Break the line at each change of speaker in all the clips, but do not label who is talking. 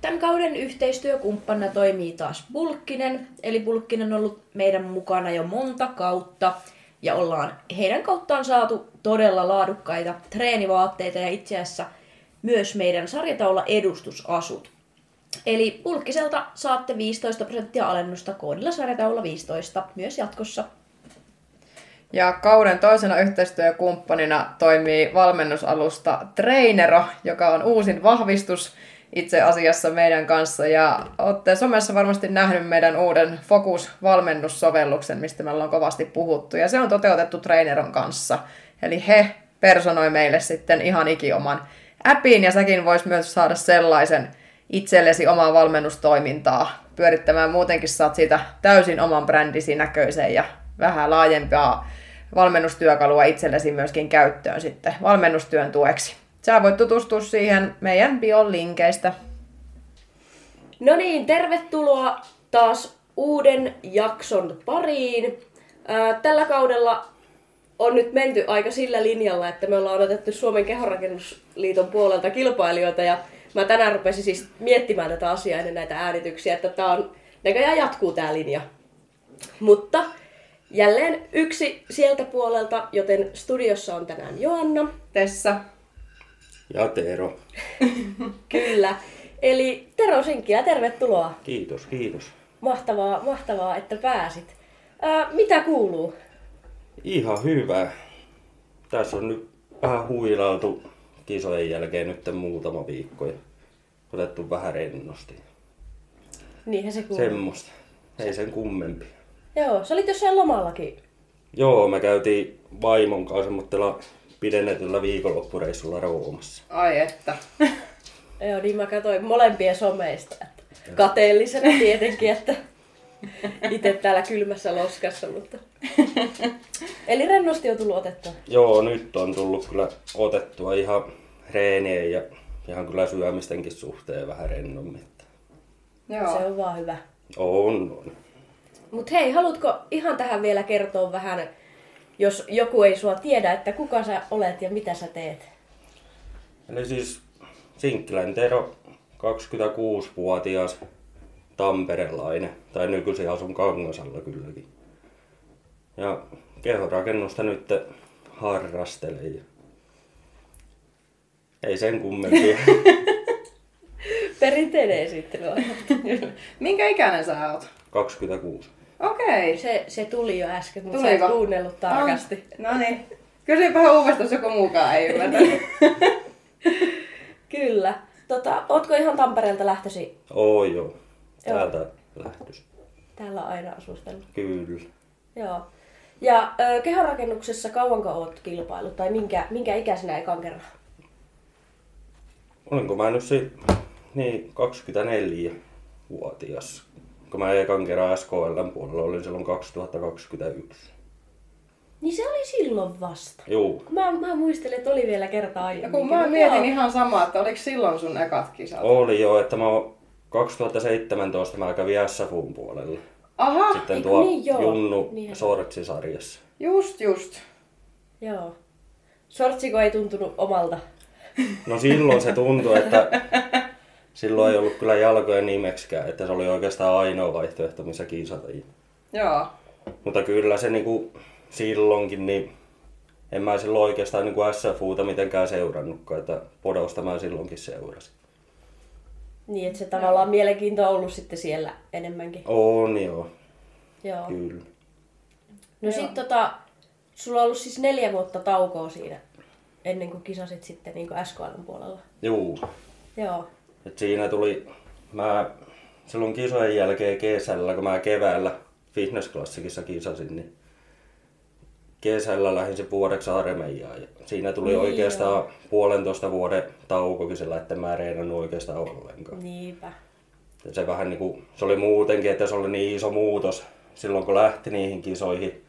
Tämän kauden yhteistyökumppana toimii taas Bulkkinen, eli Bulkkinen on ollut meidän mukana jo monta kautta ja ollaan heidän kauttaan saatu todella laadukkaita treenivaatteita ja itse asiassa myös meidän sarjataula edustusasut. Eli Bulkkiselta saatte 15 prosenttia alennusta koodilla sarjataula 15 myös jatkossa.
Ja kauden toisena yhteistyökumppanina toimii valmennusalusta Trainero, joka on uusin vahvistus itse asiassa meidän kanssa. Ja olette somessa varmasti nähnyt meidän uuden Focus-valmennussovelluksen, mistä me ollaan kovasti puhuttu. Ja se on toteutettu Traineron kanssa. Eli he personoi meille sitten ihan ikioman appin ja säkin vois myös saada sellaisen itsellesi omaa valmennustoimintaa pyörittämään. Muutenkin saat siitä täysin oman brändisi näköisen ja vähän laajempaa valmennustyökalua itsellesi myöskin käyttöön sitten valmennustyön tueksi. Sä voit tutustua siihen meidän bion linkeistä.
No niin, tervetuloa taas uuden jakson pariin. Ää, Tällä kaudella on nyt menty aika sillä linjalla, että me ollaan otettu Suomen kehonrakennusliiton puolelta kilpailijoita ja mä tänään rupesin siis miettimään tätä asiaa ennen näitä äänityksiä, että tää on, näköjään jatkuu tää linja. Mutta jälleen yksi sieltä puolelta, joten studiossa on tänään Joanna.
Tessa.
Ja Tero.
Kyllä. Eli Tero Sinkkilä, tervetuloa.
Kiitos, kiitos.
Mahtavaa, mahtavaa, että pääsit. Ää, mitä kuuluu?
Ihan hyvä. Tässä on nyt vähän huilailtu kisojen jälkeen nyt muutama viikko ja otettu vähän rennosti.
Niinhän se kuuluu.
Semmosta. Ei sen kummempi.
Joo, sä olit jossain lomallakin.
Joo, me käytiin vaimon kanssa semmoisella pidennetyllä viikonloppureissulla Roomassa.
Ai että.
Joo, niin mä katsoin molempien someista. Että kateellisena tietenkin, että itse täällä kylmässä loskassa, mutta... Eli rennosti on tullut otettua.
Joo, nyt on tullut kyllä otettua ihan reenien ja ihan kyllä syömistenkin suhteen vähän rennommin. että
Joo.
Se on vaan hyvä.
On, on.
Mut hei, haluatko ihan tähän vielä kertoa vähän, jos joku ei sua tiedä, että kuka sä olet ja mitä sä teet?
Eli siis Sinkkilän Tero, 26-vuotias tamperelainen, tai nykyisin asun Kangasalla kylläkin. Ja kehorakennusta nyt harrastelen. ja Ei sen kummempia.
Perinteinen esittely on.
Minkä ikäinen sä oot?
26.
Okei.
Se, se tuli jo äsken, mutta sä et
Tuliko?
kuunnellut tarkasti.
No niin. Kysypä uudestaan, jos joku muukaan ei ymmärtänyt.
Kyllä. Tota, ootko ihan Tampereelta lähtösi?
Oo joo. Täältä lähtys.
Täällä on aina asustellut.
Kyllä.
Joo. Ja ö, kehonrakennuksessa kauanko oot kilpailut tai minkä, minkä ikäisenä ekan kerran?
Olenko mä nyt se, niin 24-vuotias, kun mä ekan kerran SKLn puolella olin silloin 2021.
Niin se oli silloin vasta.
Joo,
Mä, mä muistelin, että oli vielä kerta aiemmin.
Ja No kun mä mietin niin- ihan samaa, että oliko silloin sun ekat kisat?
oli joo, että mä oon- 2017 mä kävin SFUn puolella.
Aha,
Sitten
eikö
tuo
niin, joo.
Junnu
Niinhän.
Sortsi-sarjassa.
just just.
Joo. Joo. Sortsiko ei tuntunut omalta.
No silloin se tuntui, että silloin ei ollut kyllä jalkoja nimeksikään, että se oli oikeastaan ainoa vaihtoehto, missä kisata.
Joo.
Mutta kyllä se niinku silloinkin, niin en mä silloin oikeastaan niinku SFUta mitenkään seurannutkaan, että podosta mä silloinkin seurasin.
Niin, että se tavallaan mielenkiinto on ollut sitten siellä enemmänkin.
On joo,
Joo.
kyllä.
No sit tota, sulla on ollut siis neljä vuotta taukoa siinä, ennen kuin kisasit sitten niin SKL puolella.
Juu.
Joo.
Et siinä tuli, mä silloin kisojen jälkeen kesällä, kun mä keväällä fitnessklassikissa kisasin, niin kesällä lähdin se vuodeksi armeijaan. Ja siinä tuli
Niin
oikeastaan puolentoista vuoden taukokin sillä, että mä en reenannut oikeastaan ollenkaan.
Niinpä.
Ja se vähän niinku, se oli muutenkin, että se oli niin iso muutos silloin kun lähti niihin kisoihin.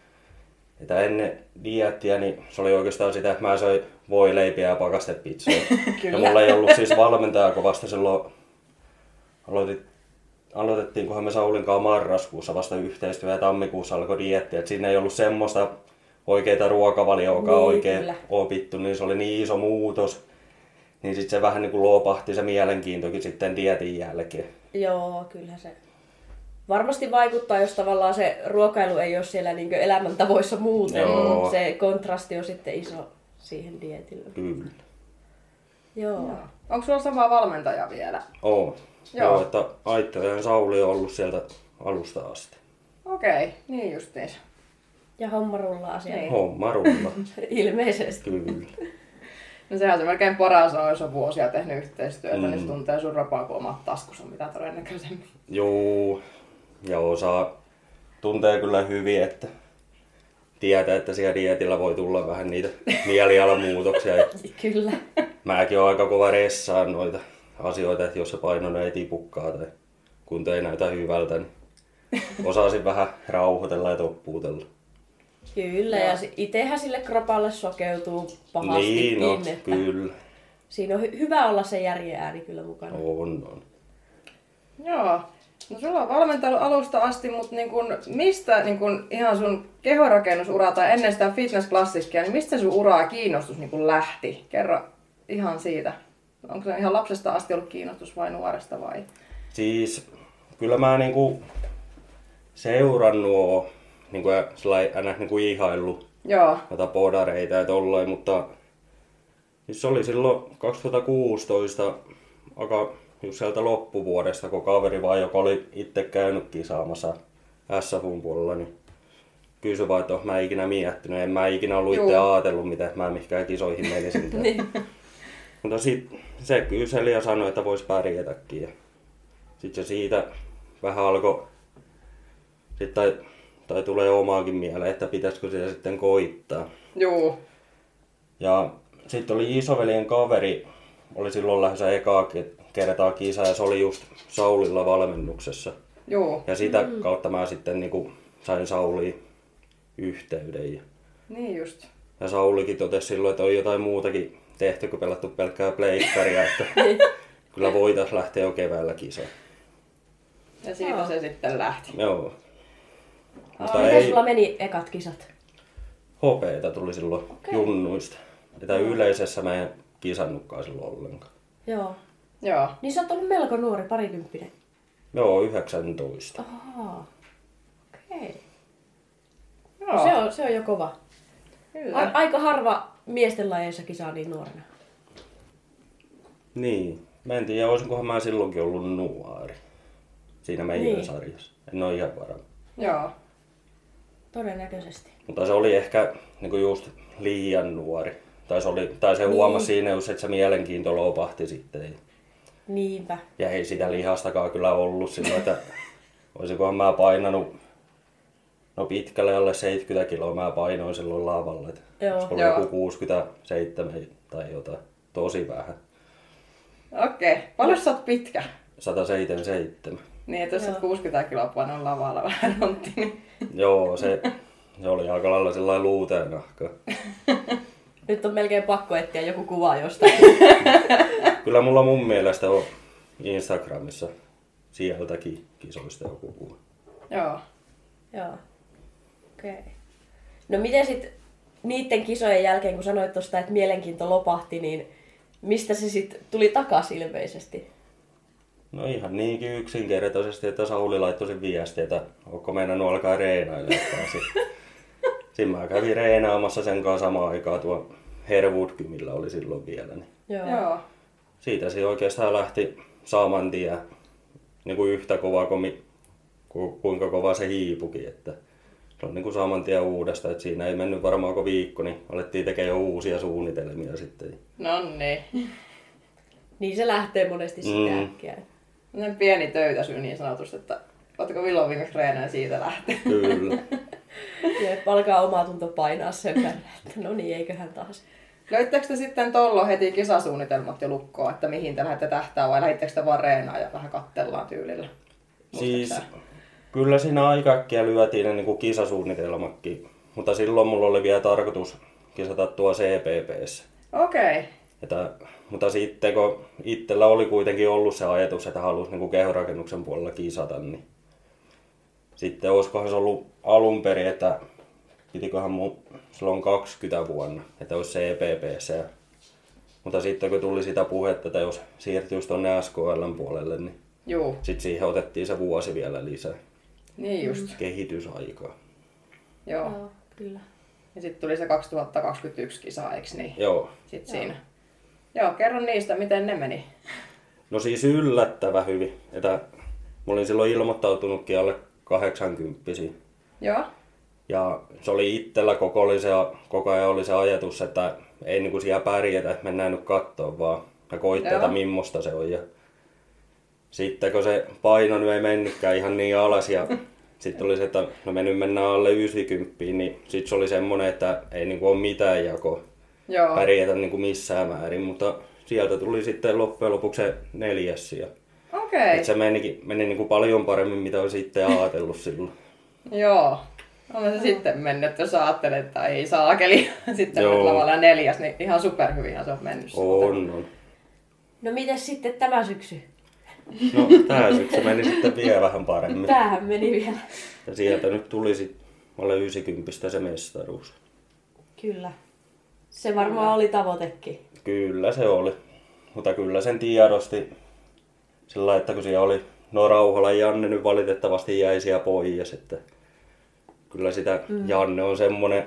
Että ennen diettiä, niin se oli oikeastaan sitä, että mä söin voi leipiä ja pakastepizzaa. ja mulla ei ollut siis valmentajaa, kun vasta silloin aloitit, aloitettiinkohan me Saulin kanssa marraskuussa vasta yhteistyö ja tammikuussa alkoi dietti. Et siinä ei ollut semmoista oikeita ruokavalioa, joka
Niin,
oikein
kyllä.
opittu, niin se oli niin iso muutos. niin sitten se vähän niin kuin luopahti se mielenkiintokin sitten dietin jälkeen.
Joo, kyllähän se varmasti vaikuttaa, jos tavallaan se ruokailu ei ole siellä niin elämäntavoissa muuten.
Joo.
Se kontrasti on sitten iso siihen dietille.
Kyllä.
Joo.
Onko sulla sama valmentaja vielä?
Oo.
Joo.
Joo. Joo, että Aittelen Sauli on ollut sieltä alusta asti.
Okei, okay, niin justiinsa.
Ja homma rullaa siellä.
Niin.
Homma rulla.
Ilmeisesti.
Kyllä.
No sehän se melkein paras on, jos on vuosia tehnyt yhteistyötä, mm. niin se tuntee sun rapaa kuin omat taskussa mitä todennäköisemmin.
Juu. Ja osaa. Tuntee kyllä hyvin, että tietää, että siellä dietillä voi tulla vähän niitä mielialamuutoksia. Ja
Kyllä.
Mäkin on aika kova ressaan noita asioita, että jos se paino ei tipukkaa tai kunto ei näytä hyvältä, niin osaisin vähän rauhoitella ja toppuutella.
Kyllä, ja si- itehän sille kropalle sokeutuu pahasti
niin, no,
että
kyllä.
Siinä on hy- hyvä olla se järjen ääni kyllä mukana.
On, on.
Joo. No sulla on valmentanut alusta asti, mutta niin kun, mistä niin kun ihan sun kehorakennusura tai ennen sitä fitnessklassikia, niin mistä sun uraa ja kiinnostus niin kun lähti? Kerro ihan siitä. Onko se ihan lapsesta asti ollut kiinnostus vai nuoresta vai?
Siis kyllä mä niinku seurannut oon, niinku ja sillä aina niinku ihaillut
Joo.
noita podareita ja tollain, mutta siis se oli silloin 2016 aika just sieltä loppuvuodesta, kun kaveri vaan, joka oli itse käynyt kisaamassa SFUn puolella, niin kysyi vaan, että oon mä ikinä miettinyt, en mä ikinä ollut itse
Juu.
ajatellut, mitä mä mihinkään kisoihin menisin. Mutta sit se kyseli ja sanoi, että voisi pärjätäkin. Ja sitten se siitä vähän alkoi, sit tai, tai tulee omaakin mieleen, että pitäisikö sitä sitten koittaa.
Juu.
Ja sitten oli isoveljen kaveri, oli silloin lähdössä ekaa ke- kertaa kisa ja se oli just Saulilla valmennuksessa.
Juu.
Ja sitä mm. kautta mä sitten niinku sain Sauliin yhteyden. Ja,
Niin just.
ja Saulikin totesi silloin, että on jotain muutakin tehty kuin pelattu pelkkää pleikkaria, että kyllä voitais lähteä jo keväällä kisaan.
Ja siitä
Joo.
se sitten lähti.
Joo. Mutta
Miten ei...
ei
sulla meni ekat kisat?
hopeita tuli silloin okay. junnuista. Että yleisessä mä en kisannutkaan silloin ollenkaan.
Joo.
Joo.
Niin sä oot ollut melko nuori, parikymppinen.
Joo, 19.
Oh. Ahaa. Okei. Okay.
Joo.
Se, on, se on jo kova.
Kyllä.
A- aika harva miesten lajeissa kisaa niin nuorena.
Niin. Mä en tiedä, olisinkohan mä silloinkin ollut nuori. Siinä meidän
Niin.
niin. sarjassa. En ole ihan varma.
Joo.
Todennäköisesti.
Mutta se oli ehkä niinku just liian nuori. Tai se, oli, tai se huomasi
Niin.
siinä just, että se mielenkiinto lopahti sitten.
Niinpä.
Ja ei sitä lihastakaan kyllä ollut silloin, että olisikohan mä painanut no pitkälle alle 70 kiloa mä painoin silloin laavalle. Että
Joo.
olisiko ollut
Joo.
joku 67 tai jotain. Tosi vähän.
Okei. Okay. Paljon sä oot pitkä?
177.
Niin, että jos sä
Joo.
oot 60 kiloa painanut lavalla vähän rontti, niin...
Joo, se, se oli aika lailla sillä luuteen nahka.
Nyt on melkein pakko etsiä joku kuva jostain.
Kyllä mulla mun mielestä on Instagramissa sieltäkin kisoista joku kuva.
Joo.
Joo. Okei. Okay. No miten sitten niiden kisojen jälkeen, kun sanoit tuosta, että mielenkiinto lopahti, niin mistä se sitten tuli takaisin ilmeisesti?
No ihan niinkin yksinkertaisesti, että Sauli laittoi sen viestiä, että onko meidän alkaa reenailemaan taas. Siinä mä kävin reenaamassa sen kanssa samaan aikaan tuo Herwood-kymillä oli silloin vielä. Niin
Joo.
Joo.
siitä se oikeastaan lähti saman tien niin kuin yhtä kovaa kuin mi- ku- kuinka kova se hiipukin. Että se on niin kuin saman tien uudesta, että siinä ei mennyt varmaan kuin viikko, niin alettiin tekemään jo uusia suunnitelmia sitten.
Nonni.
Niin se lähtee monesti sitä mm.
Mm.
äkkiä.
Ne pieni töytäsy niin sanotusti, että ootko milloin viimeksi treenaa ja siitä lähtee.
Kyllä.
Jep, alkaa omaa tunto painaa sen verran, että no niin, eiköhän taas.
Löittekö te sitten tollo heti kisasuunnitelmat jo lukkoon, että mihin te lähdette tähtää vai lähdittekö te vaan reenaa ja vähän kattellaan tyylillä?
siis
Muistatko
kyllä siinä aika äkkiä lyötiin ne niin kuin kisasuunnitelmatkin, mutta silloin mulla oli vielä tarkoitus kisata tuo CPPssä.
sä? Okei. Okay.
Että, mutta sitten kun itsellä oli kuitenkin ollut se ajatus, että halusi niin kehorakennuksen puolella kisata, niin sitten olisikohan se ollut alun perin, että pitiköhän mun silloin 20 vuonna, että olisi se EPPC ja Mutta sitten kun tuli sitä puhetta, että jos siirtyisi tuonne SKLn puolelle, niin
Juu,
sitten siihen otettiin se vuosi vielä lisää
niin just.
kehitysaikaa.
Joo.
Mm. Joo, kyllä.
Ja sitten tuli se 2021 kisa, eikö niin?
Joo.
Sitten siinä. Joo, kerro niistä, miten ne meni.
No siis yllättävä hyvin. Että mä olin silloin ilmoittautunutkin alle 80
Joo,
Ja se oli itsellä koko, oli se, koko ajan oli se ajatus, että ei niinku siellä pärjätä, että mennään nyt kattoon vaan ja koittaa, että
Joo.
millaista se on. Ja sitten kun se paino nyt ei mennytkään ihan niin alas ja sitten oli se, että no me nyt mennään alle 90, niin sitten se oli semmoinen, että ei niinku ole mitään jakoa
joo.
pärjätä niinku missään määrin, mutta sieltä tuli sitten loppujen lopuksi se neljäs sija.
Okei,
Et se meni, meni niinku paljon paremmin, mitä olisi sitten ajatellut silloin.
joo. On se sitten mennyt, jos sä ajattelet, että ei saakeli. Sitten
Joo. Oh.
olet lavalla neljäs, niin ihan superhyvinhän se on mennyt. sulta.
On, on.
No mites sitten tämä syksy?
No, tähän syksy meni sitten vielä vähän paremmin.
Päähän meni vielä.
Ja sieltä nyt tuli sitten alle 90 se mestaruus.
Kyllä. Se varmaan oli tavoitekin.
Kyllä se oli. Mutta kyllä sen tiedosti sillä lailla, että kun siellä oli no Rauhala ja Janne nyt valitettavasti jäi siellä pois. Että kyllä sitä mm. Janne on semmonen,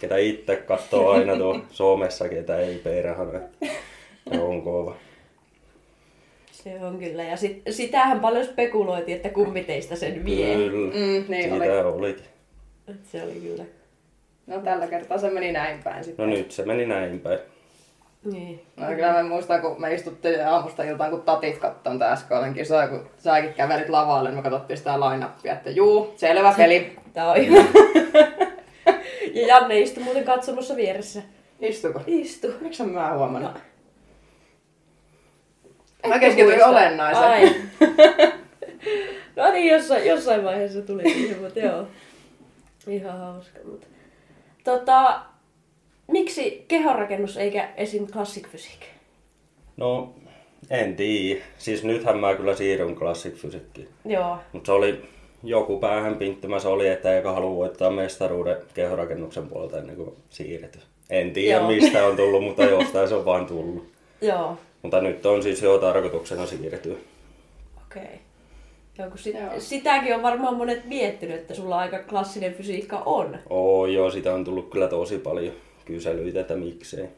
ketä itse katsoo aina tuo somessa, ketä ei perhana. Se on kova.
Se on kyllä. Ja sit, sitähän paljon spekuloitiin, että kumpi teistä sen vie.
Kyllä.
Mm, niin oli.
Siitä olikin.
Et Se oli kyllä.
No tällä kertaa se meni näin päin
No
sitten.
nyt se meni näin päin.
Niin.
No kyllä mä muistan, kun me istuttiin aamusta iltaan, kun tatit kattoon tää SKLn kisaa, kun säkin kävelit lavalle, niin me katsottiin sitä line että juu, selvä peli.
Tää on ihan... ja Janne istui muuten katsomassa vieressä.
Istuko?
Istu.
Miksi en mä huomannut?
No.
Mä keskityin
Muista.
olennaiseen.
Ai. no niin, jossain, jossain vaiheessa tuli siihen, mutta joo. Ihan hauska. Mutta. Tota, miksi kehonrakennus eikä esim. classic physique?
No, en tiedä. Siis nythän mä kyllä siirryn Classic Physickiin.
Joo,
Mutta se oli joku päähän pinttymä se oli, että eikä halua voittaa mestaruuden kehorakennuksen puolta ennen kuin siirretty. En tiedä
Joo.
mistä on tullut, mutta jostain se on vaan tullut.
joo,
Mutta nyt on siis jo tarkoituksena siirtyä.
okei. Okay. Joo, kun sit,
Joo.
sitäkin on varmaan monet miettinyt, että sulla aika klassinen fysiikka on.
Oo joo, sitä on tullut kyllä tosi paljon kyselyitä, että miksei.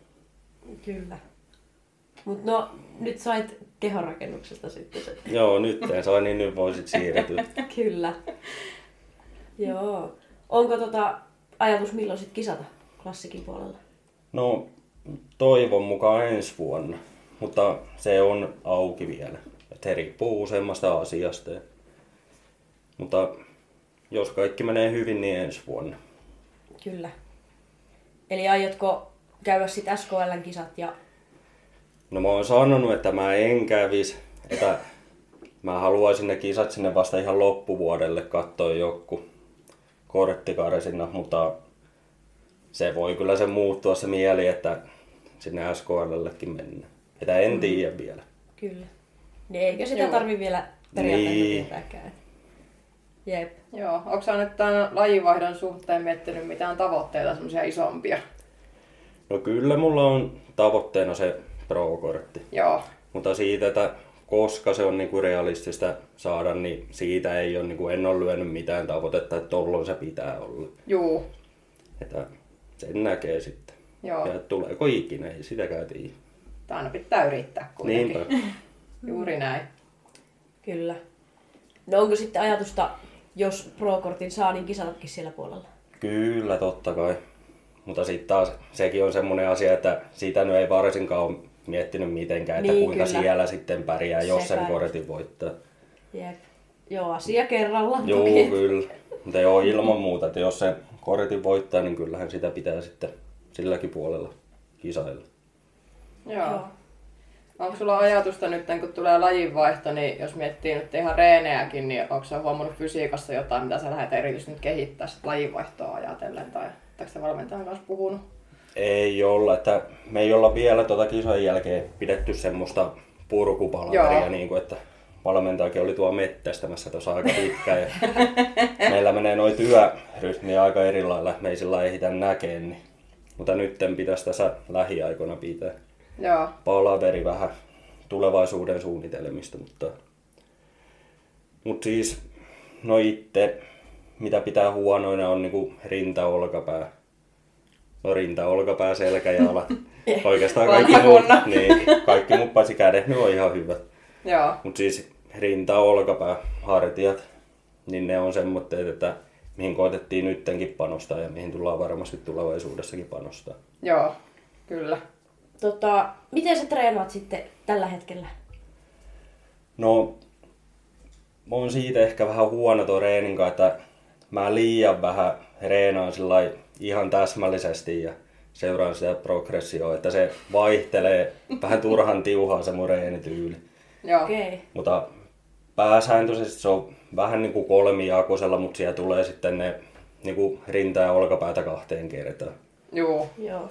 Kyllä. Mut no, nyt sait kehonrakennuksesta sitten se.
Joo, nyt en saa, niin nyt voisit siirtyä.
Kyllä. Joo. Onko tota ajatus milloin sit kisata klassikin puolella?
No, toivon mukaan ensi vuonna, mutta se on auki vielä. Et se riippuu useammasta asiasta. Mutta jos kaikki menee hyvin, niin ensi vuonna.
Kyllä. Eli aiotko käydä sit SKLn kisat ja...
No mä oon sanonut, että mä en kävis, että mä haluaisin ne kisat sinne vasta ihan loppuvuodelle katsoa joku korttikarsina, mutta se voi kyllä se muuttua se mieli, että sinne SKLllekin mennään. Että en tiedä vielä.
Kyllä. Niin eikä sitä
Joo.
tarvi vielä periaatteessa
Niin.
tietääkään. Jep.
Joo, onko sä nyt tämän lajivaihdon suhteen miettinyt mitään tavoitteita, semmoisia isompia?
No kyllä mulla on tavoitteena se pro-kortti.
Joo,
Mutta siitä, että koska se on niinku realistista saada, niin siitä ei ole, niinku, en ole lyönyt mitään tavoitetta, että tolloin se pitää olla.
juu,
Että sen näkee sitten.
joo.
Ja tuleeko ikinä, ei sitäkään tiedä.
Tää aina pitää yrittää kuitenkin.
Niinpä.
Mm.
Juuri näin.
Kyllä. No onko sitten ajatusta, jos pro-kortin saa, niin kisatakin siellä puolella?
Kyllä, totta kai. Mutta sitten taas sekin on semmoinen asia, että sitä nyt ei varsinkaan ole miettinyt mitenkään, että
Niin,
kuinka
kyllä.
siellä sitten pärjää, jos sen
Sepä.
kortin voittaa.
Jep. Joo, asia kerralla.
Joo,
toki.
kyllä. Mutta joo, ilman muuta, että jos se kortin voittaa, niin kyllähän sitä pitää sitten silläkin puolella kisailla.
Joo.
Joo.
joo. Onko sulla ajatusta nyt, kun tulee lajinvaihto, niin jos miettii nyt ihan reenejäkin, niin onko sä huomannut fysiikassa jotain, mitä sä lähdet erityisesti nyt kehittää sit lajinvaihtoa ajatellen? Tai oletteko te valmentajan kanssa puhunut?
Ei olla, että me ei olla vielä tuota kisojen jälkeen pidetty semmoista purkupalaveria,
Joo.
niin kuin, että valmentajakin oli tuo mettästämässä tuossa aika pitkään. Ja meillä menee noin työrytmi aika eri lailla, me ei sillä lailla ehditä näkeen. Niin. Mutta nyt pitäisi tässä lähiaikoina pitää.
Joo.
palaveri vähän tulevaisuuden suunnitelmista, mutta mut siis no itse, mitä pitää huonoina on niinku rinta, olkapää. No rinta, olkapää, selkä, jalat. Oikeastaan kaikki
Vanha
muut,
kunno.
niin, kaikki muut paitsi kädet, ne on ihan hyvät.
Joo.
Mutta siis rinta, olkapää, hartiat, niin ne on semmoitteet, että mihin koitettiin nyttenkin panostaa ja mihin tullaan varmasti tulevaisuudessakin panostaa.
Joo. Kyllä.
Tota, miten sä treenaat sitten tällä hetkellä?
No, mä oon siitä ehkä vähän huono tuo reeninka, että mä liian vähän reenaan sillä lailla ihan täsmällisesti ja seuraan sitä progressioa, että se vaihtelee vähän turhan tiuhaa se mun reenityyli.
Joo.
Okei. Okay.
Mutta pääsääntöisesti se on vähän niin kuin kolmijakoisella, mutta siellä tulee sitten ne niin kuin rinta ja olkapäätä kahteen kertaan.
Joo.
Joo.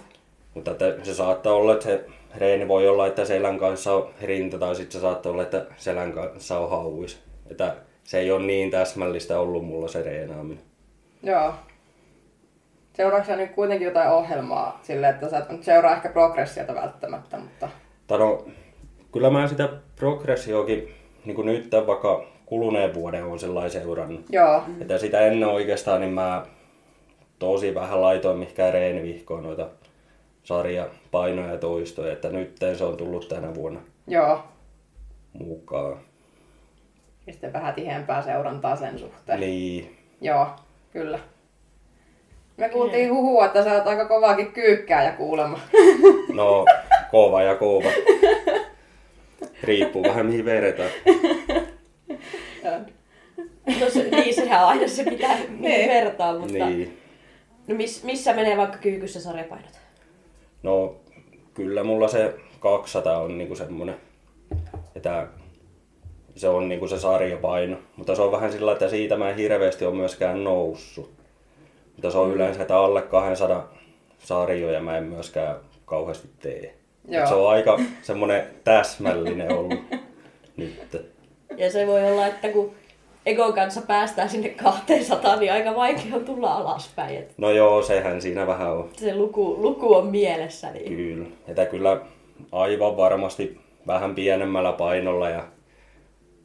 Mutta että se saattaa olla, että se reeni voi olla, että selän kanssa on rinta tai sitten se saattaa olla, että selän kanssa on hauis. Että se ei ole niin täsmällistä ollut mulla se reenaaminen.
Joo. Seuraatko sä nyt kuitenkin jotain ohjelmaa silleen, että sä et nyt seuraa ehkä progressiota välttämättä, mutta...
Tai no, kyllä mä sitä progressioakin niin kuin nyt tämän vaikka kuluneen vuoden on sellainen seurannut.
Joo.
Että sitä ennen oikeastaan niin mä tosi vähän laitoin mihinkään reenivihkoon noita sarja, painoja ja toistoja. Että nyt se on tullut tänä vuonna
Joo.
mukaan.
Ja sitten vähän tiheämpää seurantaa sen suhteen.
Niin,
Joo, kyllä. Me kuultiin huhua, että sä oot aika kovaakin kyykkää ja kuulemma.
No, kova ja kova. Riippuu vähän mihin vedetään.
No se, niin, sehän on aina se pitää niin. vertaa, mutta... Niin.
Niin.
No miss, missä menee vaikka kyykyssä sarjapainot?
No, kyllä mulla se 200 on niinku semmonen, että se on niinku se sarjapaino. Mutta se on vähän sillä, että siitä mä en hirveästi ole myöskään noussut. Mutta se on yleensä, että alle 200 sarjoja mä en myöskään kauheasti tee.
Joo.
Et Se on aika semmonen täsmällinen ollut nyt.
Ja se voi olla, että kun Egon kanssa päästään sinne 200, niin aika vaikea on tulla alaspäin. Et
No joo, sehän siinä vähän on.
se luku, luku on mielessä. Niin.
Kyllä. Että kyllä aivan varmasti vähän pienemmällä painolla ja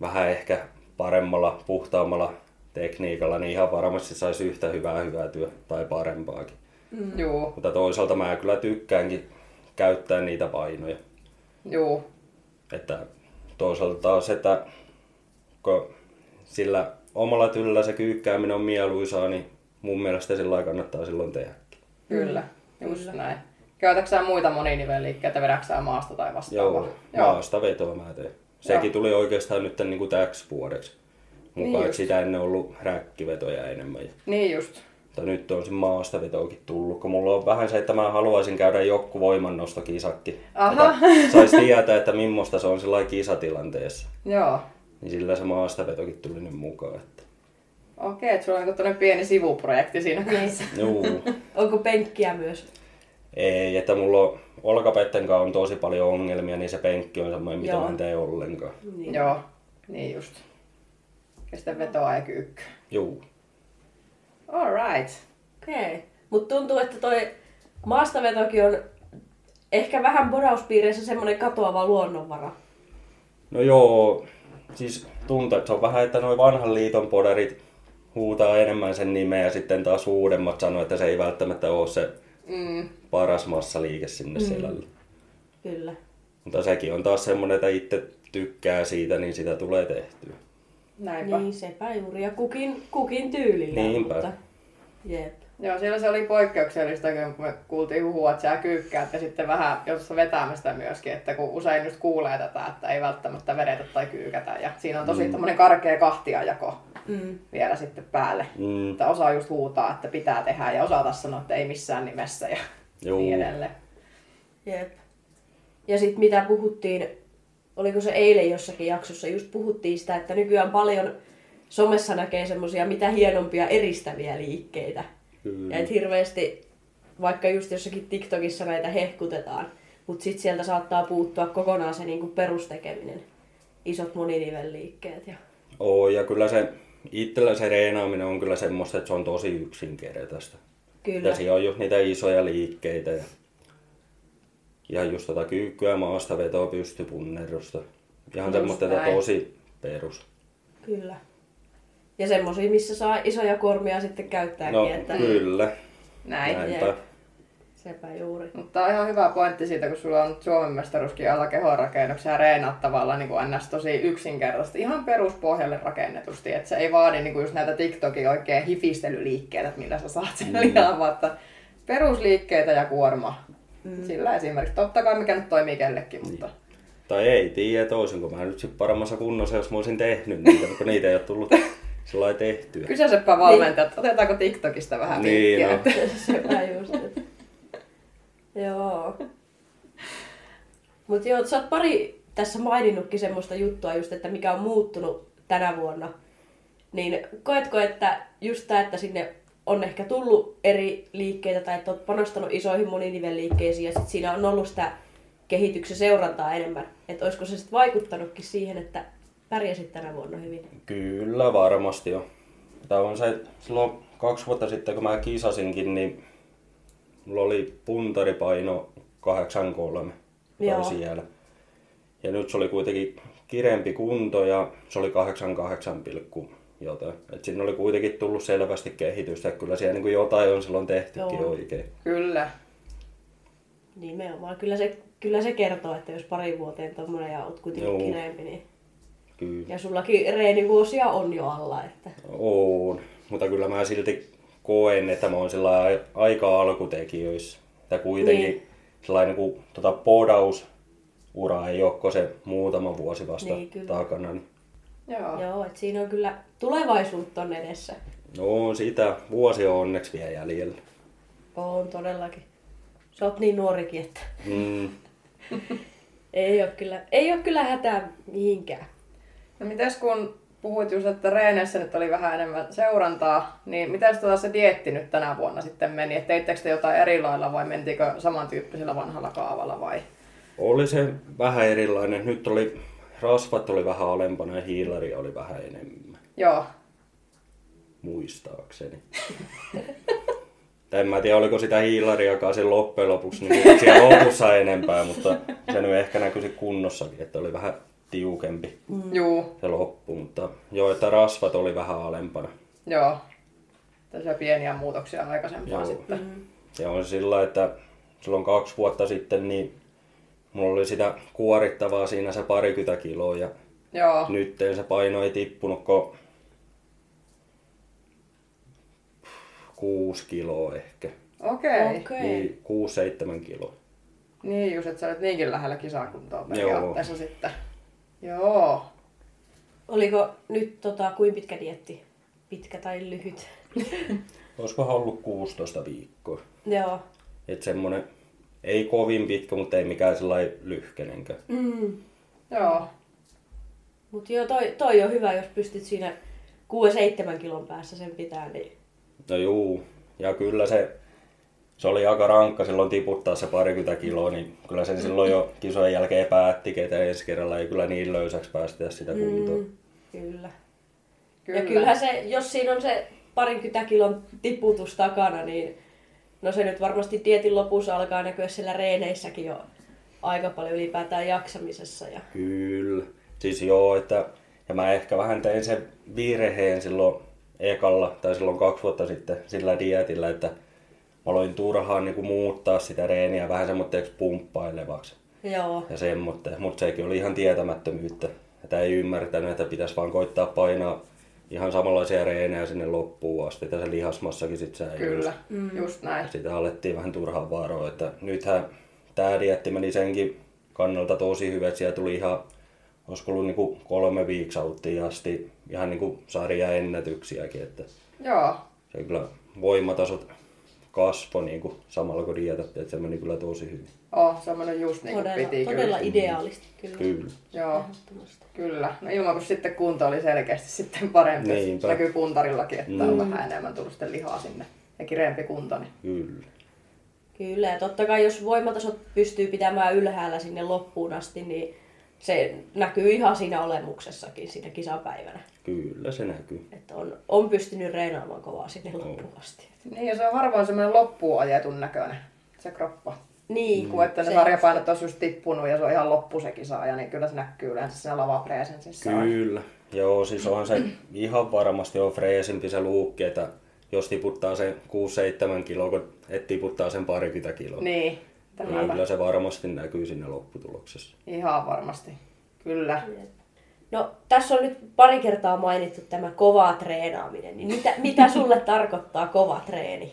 vähän ehkä paremmalla, puhtaammalla tekniikalla, niin ihan varmasti saisi yhtä hyvää hyötyä tai parempaakin.
Mm. Joo,
Mutta toisaalta mä kyllä tykkäänkin käyttää niitä painoja.
joo,
Että toisaalta taas, että kun sillä omalla tyylillä se kyykkääminen on mieluisaa, niin mun mielestä sillä lailla kannattaa silloin tehdä.
Mm. kyllä. Just näin. Käytätkö sä muita moninivelliikkeitä, vedätkö sä maasta tai vastaavaa?
Joo, maasta vetoa mä tein. Sekin
Joo.
tuli oikeastaan nyt niin kuin täksi vuodeksi.
Niin
Mukaan
just.
niin sitä ennen ollut räkkivetoja enemmän. Ja-
Niin just.
Mutta nyt on se maastavetokin tullut, kun mulla on vähän se, että mä haluaisin käydä joku voimannostokisakki.
Aha.
Että Saisi tietää, että millaista se on sillä kisatilanteessa.
Joo.
Niin sillä se maastavetokin tuli nyt mukaan. Että.
Okei, että sulla on niinku tämmönen pieni sivuprojekti siinä kanssa.
Juu.
Onko penkkiä myös?
Ei, että mulla on olkapäitten kanssa on tosi paljon ongelmia, niin se penkki on semmoinen, mitä
Joo.
mä en tee ollenkaan.
Niin.
Joo, niin just. Ja sitten vetoa ja kyykkyä.
Juu.
Alright.
Okei. Okay. Mutta tuntuu, että toi maastavetokin on ehkä vähän porauspiireissä semmoinen katoava luonnonvara.
No joo, siis tuntuu, että se on vähän, että noin vanhan liiton poderit huutaa enemmän sen nimeä ja sitten taas uudemmat sanoo, että se ei välttämättä ole se
Mm,
paras massaliike sinne mm. selälle.
Kyllä.
Mutta sekin on taas semmoinen, että itse tykkää siitä, niin sitä tulee tehtyä.
näinpä.
Niin, sepä juuri. Ja kukin, kukin tyylillä.
Niinpä.
Mutta, jep.
Joo, siellä se oli poikkeuksellista, kun me kuultiin huhua, että sä kyykkäät ja sitten vähän jossa vetämistä myöskin, että kun usein just kuulee tätä, että ei välttämättä vedetä tai kyykätä ja siinä on tosi mm. tämmöinen karkea kahtiajako
Mm.
vielä sitten päälle.
Mm,
Että osaa just huutaa, että pitää tehdä ja osaa taas sanoa, että ei missään nimessä ja
Juu.
niin edelleen.
Jep. Ja sitten mitä puhuttiin, oliko se eilen jossakin jaksossa, just puhuttiin sitä, että nykyään paljon somessa näkee semmoisia mitä hienompia eristäviä liikkeitä. Mm. Ja et hirveästi, vaikka just jossakin TikTokissa näitä hehkutetaan, mutta sitten sieltä saattaa puuttua kokonaan se niinku perustekeminen. Isot moninivelliikkeet ja...
Oo, ja kyllä se itsellä se reenaaminen on kyllä semmoista, että se on tosi yksinkertaista.
Kyllä.
Ja siinä on just niitä isoja liikkeitä ja Ihan just tota kyykkyä, maasta vetoa, pystypunnerusta. Ihan
Just
semmoista
näin.
tosi perus.
Kyllä. Ja semmosia, missä saa isoja kormia sitten käyttääkin.
No
että...
kyllä,
Näin.
näinpä.
jep. Sepä juuri.
Mutta tämä on ihan hyvä pointti siitä, kun sulla on nyt Suomen mestaruuskin alla kehonrakennuksia ja reenaat tavallaan niin kuin ns. tosi yksinkertaisesti, ihan peruspohjalle rakennetusti. Että se ei vaadi niin kuin just näitä TikTokin oikein hifistelyliikkeitä, että millä sä saat
Mm.
sen lihan, vaan että perusliikkeitä ja kuorma. Sillä esimerkiksi. Totta kai mikä nyt toimii
Niin,
kellekin, mutta...
Tai ei tiedä, että olisinko mä nyt sit paremmassa kunnossa, jos mä olisin tehnyt niitä, mutta kun niitä ei ole tullut sillä lailla tehtyä.
Kysäisepä valmentajat, että otetaanko TikTokista vähän
Niin,
vinkkiä.
no.
että-
Sepä just. että- joo. Mut joo, sä oot pari tässä maininnutkin semmoista juttua just, että mikä on muuttunut tänä vuonna. Niin koetko, että just tää, että sinne on ehkä tullut eri liikkeitä tai että oot panostanut isoihin moninivelliikkeisiin ja sit siinä on ollut sitä kehityksen seurantaa enemmän. Että olisiko se sitten vaikuttanutkin siihen, että pärjäsit tänä vuonna hyvin?
Kyllä varmasti jo. Tämä on se, silloin kaksi vuotta sitten kun mä kisasinkin, niin mulla oli puntaripaino 83
Joo.
Joo. siellä. Ja nyt se oli kuitenkin kirempi kunto ja se oli 88 pilkku jotain. Et siinä oli kuitenkin tullut selvästi kehitystä, että kyllä siellä niin kuin jotain on silloin tehtykin
Joo.
Joo. oikein.
Kyllä.
Nimenomaan. Kyllä se, kyllä se kertoo, että jos pari vuoteen tuommoinen ja oot kuitenkin
Joo.
kireempi, niin...
Kyllä.
Ja sullakin reenivuosia on jo alla, että...
Oon, mutta kyllä mä silti koen, että mä oon sillä ai- aika alkutekijöissä. Tai kuitenkin
Niin.
niin. sellainen kuin tota podaus ura ei ole se muutama vuosi vasta
Niin, kyllä.
niin, takana. Niin.
Joo.
Joo, että siinä on kyllä tulevaisuutta on edessä.
No sitä vuosi on onneksi vielä jäljellä.
On todellakin. Sä oot niin nuorikin, että
Mm.
ei ole kyllä, ei ole kyllä hätää mihinkään.
No mitäs kun puhuit just, että reeneissä nyt oli vähän enemmän seurantaa, niin mitäs tota se dietti nyt tänä vuonna sitten meni? Et teittekö te jotain eri lailla vai mentiinkö samantyyppisellä vanhalla kaavalla vai?
Oli se vähän erilainen. Nyt oli rasvat oli vähän alempana ja hiilari oli vähän enemmän,
Joo,
muistaakseni. Tai en mä tiedä, oliko sitä hiilariakaan sen loppujen lopuksi niin siellä lopussa enempää, mutta se nyt ehkä näkyisi kunnossakin, että oli vähän tiukempi
mm. juu,
se loppu, mutta joo, että rasvat oli vähän alempana.
joo. Tässä pieniä muutoksia aikaisempaa
Joo.
sitten.
Ja on sillä, että silloin kaksi vuotta sitten, niin mulla oli sitä kuorittavaa siinä se parikymmentä kiloa ja
Joo,
nyt se paino ei tippunut kuin kuusi kiloa ehkä.
okei. Okay.
Okei.
Niin, kuusi, seitsemän kiloa.
Niin just, että sä olet niinkin lähellä kisakuntoa
Joo.
periaatteessa sitten. Joo.
Oliko nyt tota, kuin pitkä dietti? Pitkä tai lyhyt?
Olisikohan ollut 16 viikkoa.
Joo.
Et semmonen, ei kovin pitkä, mutta ei mikään sellainen lyhkenenkö.
Mm.
Joo.
Mutta joo, toi, toi on hyvä, jos pystyt siinä 6-7 kilon päässä sen pitää, niin
No juu, ja kyllä se, se oli aika rankka silloin tiputtaa se parikymmentä kiloa, niin kyllä sen silloin jo kisojen jälkeen päätti, ketä ensi kerralla ei kyllä niin löysäksi päästä sitä kuntoon. Mm.
kyllä.
Kyllä.
Ja kyllähän se, jos siinä on se parinkymmentä kilon tiputus takana, niin no se nyt varmasti dietin lopussa alkaa näkyä siellä reeneissäkin jo aika paljon ylipäätään jaksamisessa. Ja...
Kyllä, siis joo, että ja mä ehkä vähän tein sen virheen silloin ekalla tai silloin kaksi vuotta sitten sillä dietillä, että mä aloin turhaan niin kuin muuttaa sitä reeniä vähän semmoitteeksi pumppailevaksi.
Joo,
ja semmoinen. Mutta sekin oli ihan tietämättömyyttä. Että ei ymmärtänyt, että pitäisi vaan koittaa painaa ihan samanlaisia reenejä sinne loppuun asti. Että se lihasmassakin sitten säilyy.
Kyllä, mm. just näin.
Sitä alettiin vähän turhaan varoa. Että nythän tämä dietti meni senkin kannalta tosi hyvä, että siellä tuli ihan olisiko ollut niinku kolme viiksauttia asti ihan niinku sarjaennätyksiäkin, että
Joo.
se kyllä voimatasot kasvo niinku samalla kun dietattiin, että se meni kyllä tosi hyvin.
Oh, semmoinen just niin kuin
todella,
piti
todella
kyllä. niin.
ideaalisti kyllä.
Kyllä.
Joo.
Ehdottomasti.
Kyllä. No ilman kun sitten kunto oli selkeästi sitten parempi.
Niinpä.
Näkyy kuntarillakin, että
Mm.
on vähän enemmän tullut sitten lihaa sinne. Ja kireempi kunto, niin
Kyllä.
Kyllä, ja totta kai jos voimatasot pystyy pitämään ylhäällä sinne loppuun asti, niin se näkyy ihan siinä olemuksessakin siinä kisapäivänä.
Kyllä se näkyy.
Että on, on pystynyt reenaamaan kovaa sinne loppuun asti.
Niin, ja se on harvoin semmoinen loppuun ajetun näköinen, se kroppa.
Mm.
Niin.
Kun että ne
se-
sarjapainot on just tippunut ja se on ihan loppu se kisa, ja niin kyllä se näkyy yleensä siinä lavapresensissä.
Kyllä. Joo, siis on se ihan varmasti on freesimpi se luukki, että jos tiputtaa sen 6-7 kiloa, kun et tiputtaa sen parikymmentä kiloa.
Niin,
Niin
tämäpä.
kyllä se varmasti näkyy siinä lopputuloksessa.
Ihan varmasti. Kyllä.
No, tässä on nyt pari kertaa mainittu tämä kova treenaaminen. Niin mitä, mitä sulle tarkoittaa kova treeni?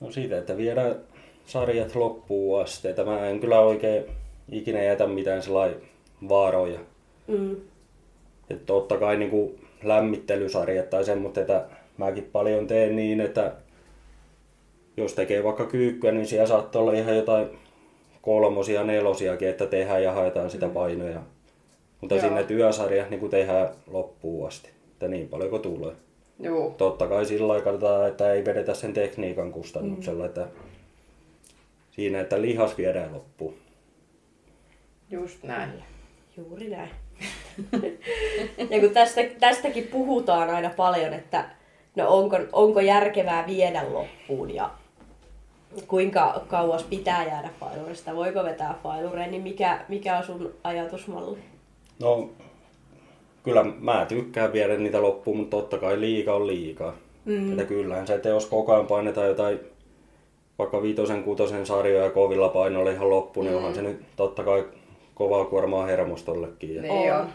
No siitä, että viedään sarjat loppuun asti. Että mä en kyllä oikein ikinä jätä mitään sellainen vaaroja.
Mm.
Että totta kai niin kuin lämmittelysarjat tai semmoista, että mäkin paljon teen niin, että jos tekee vaikka kyykkyä, niin siellä saattaa olla ihan jotain kolmosia, nelosiakin, että tehdään ja haetaan sitä painoja. Mutta
Joo.
sinne työsarjat niin kuin tehdään loppuun asti, että niin paljon kuin tulee.
Juu.
Totta kai sillä lailla katsotaan, että ei vedetä sen tekniikan kustannuksella, että siinä, että lihas viedään loppuun.
Just näin.
Juuri näin. ja kun tästä, tästäkin puhutaan aina paljon, että no onko, onko järkevää viedä loppuun ja kuinka kauas pitää jäädä failurista, voiko vetää failureen, niin mikä, mikä on sun ajatusmalli?
No, kyllä mä tykkään viedä niitä loppuun, mutta totta kai liika on liikaa. Mm. Että kyllähän se, että jos koko ajan painetaan jotain vaikka viitosen, kutosen sarjoja kovilla painoilla ihan loppuun, niin onhan se nyt totta kai kovaa kuormaa hermostollekin. Ja
Niin
On.
on.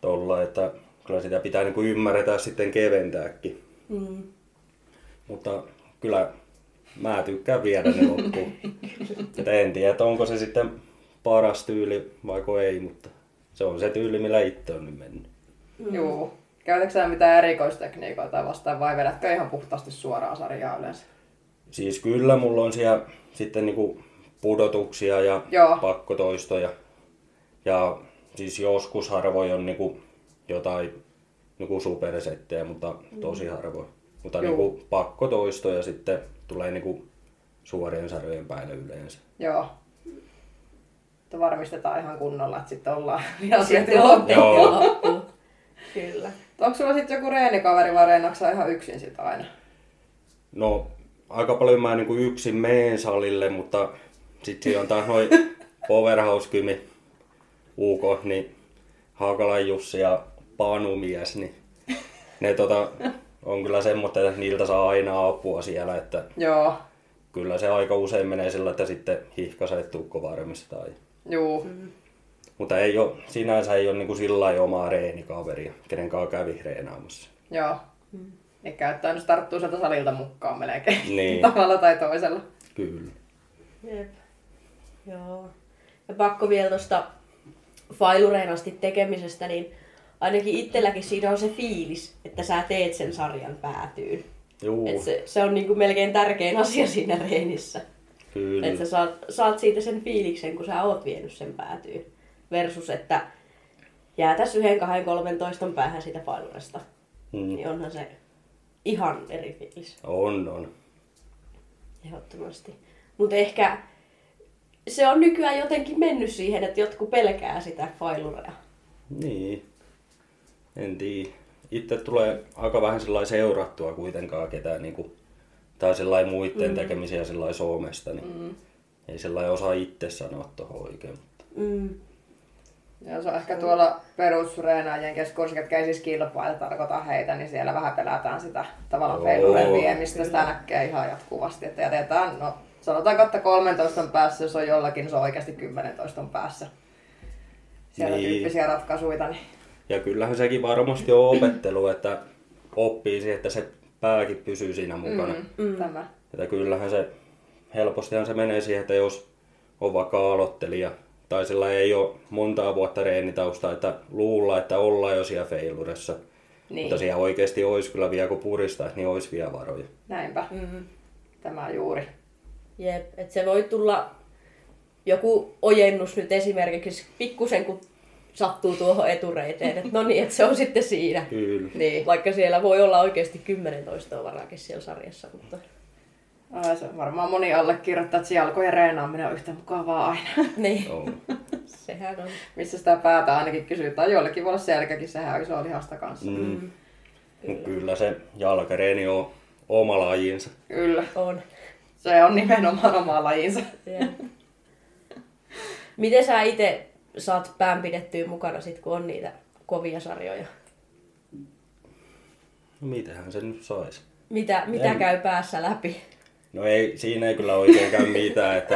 tolla, että kyllä sitä pitää niin kuin ymmärretään sitten keventääkin.
Mm.
Mutta kyllä mä tykkään viedä ne loppuun. Et en tiedä, että onko se sitten paras tyyli vaiko ei, mutta se on se tyyli, millä itse on nyt mennyt.
Mm.
Juu. Käytätkö sä mitään erikoistekniikoita tai vastaan vai vedätkö ihan puhtaasti suoraan sarjaa yleensä?
Siis kyllä mulla on siellä sitten niinku pudotuksia ja
Joo.
pakkotoistoja. Ja siis joskus harvoin on niinku jotain niinku supersettejä, mutta tosi harvoin. Mutta
Mm. Joo.
niinku pakkotoistoja sitten tulee niinku suorien sarjojen päälle yleensä.
Joo. Että varmistetaan ihan kunnolla, että sitten ollaan ihan sieltä
Joo.
Loppuun. Kyllä.
Onko sulla sitten joku reenikaveri vai reenaatko sä ihan yksin sit aina?
No, aika paljon mä niinku yksin meen salille, mutta sit siinä on taas noin Powerhouse-kymi UK, niin Haakalan Jussi ja Panumies, niin ne tota, on kyllä semmoista, että niiltä saa aina apua siellä, että
Joo.
kyllä se aika usein menee sillä, että sitten hihkaset tukko varmistaa.
Juu.
Mutta ei ole, sinänsä ei ole niinku sillä lailla omaa reenikaveria, kenen kanssa kävi reenaamassa.
Joo. Ne käyttää aina tarttuu sieltä salilta mukaan melkein.
Niin.
Tavalla tai toisella.
Kyllä.
Jep. Joo. Ja pakko vielä tuosta failureen asti tekemisestä, niin ainakin itselläkin siinä on se fiilis, että sä teet sen sarjan päätyyn.
Juu,
Et se, se on niinku melkein tärkein asia siinä reenissä.
kyllä.
Että sä saat, saat siitä sen fiiliksen, kun sä oot vienyt sen päätyyn. Versus, että jää tässä yhden, kahden, kolmen toiston päähän siitä failuresta.
Mm.
Niin onhan se ihan eri fiilis.
On, on.
Ehdottomasti. Mutta ehkä se on nykyään jotenkin mennyt siihen, että jotkut pelkää sitä failurea.
Niin. En tiedä. Itse tulee aika vähän sillä seurattua kuitenkaan ketään niin kuin, tai sillä muiden mm. tekemisiä sillä somesta, niin mm. ei sillä osaa itse sanoa tuohon oikein.
Mm.
Ja se on ehkä tuolla perusreenaajien keskuudessa, ketkä ei siis kilpaile, tarkoita heitä, niin siellä vähän pelätään sitä tavallaan
Joo.
peiluuden viemistä. Sitä näkee ihan jatkuvasti, että jätetään, no sanotaanko, että 13 on päässä, jos on jollakin, niin se on oikeasti 10 on päässä. Siellä niin.
Niin.
tyyppisiä ratkaisuja, niin
Ja kyllähän sekin varmasti on opettelu, että oppii siihen, että se pääkin pysyy siinä mukana. Mm.
mm. tämä.
Että kyllähän se, helpostihan se menee siihen, että jos on vaikka aloittelija, tai sillä ei ole montaa vuotta reenitausta, että luulla, että ollaan jo siellä feiluressa. Niin. Mutta
Niin,
siellä oikeasti olisi kyllä vielä, kun puristaisi, niin olisi vielä varoja.
näinpä.
Mm.
Tämä juuri.
Jep, että se voi tulla joku ojennus nyt esimerkiksi pikkusen, kun sattuu tuohon etureiteen. Että no niin, että se on sitten siinä.
Kyllä.
Niin.
Vaikka siellä voi olla oikeasti 10 toistoa varaakin siellä sarjassa, mutta
Ai, se on varmaan moni allekirjoittaa, että se jalkojen reenaaminen on yhtä mukavaa aina.
niin,
On.
sehän on.
Missä sitä päätä ainakin kysytään. Joillekin voi olla selkäkin, sehän on iso lihasta kanssa. Mm.
Mm. Mut Kyllä se jalkareeni on oma lajinsa.
Kyllä.
On.
Se on nimenomaan oma lajinsa.
Miten sä itse saat pään pidettyä mukana sit, kun on niitä kovia sarjoja?
No mitähän se nyt saisi?
Mitä, mitä
En-
käy päässä läpi?
No ei, siinä ei kyllä oikein käy mitään, että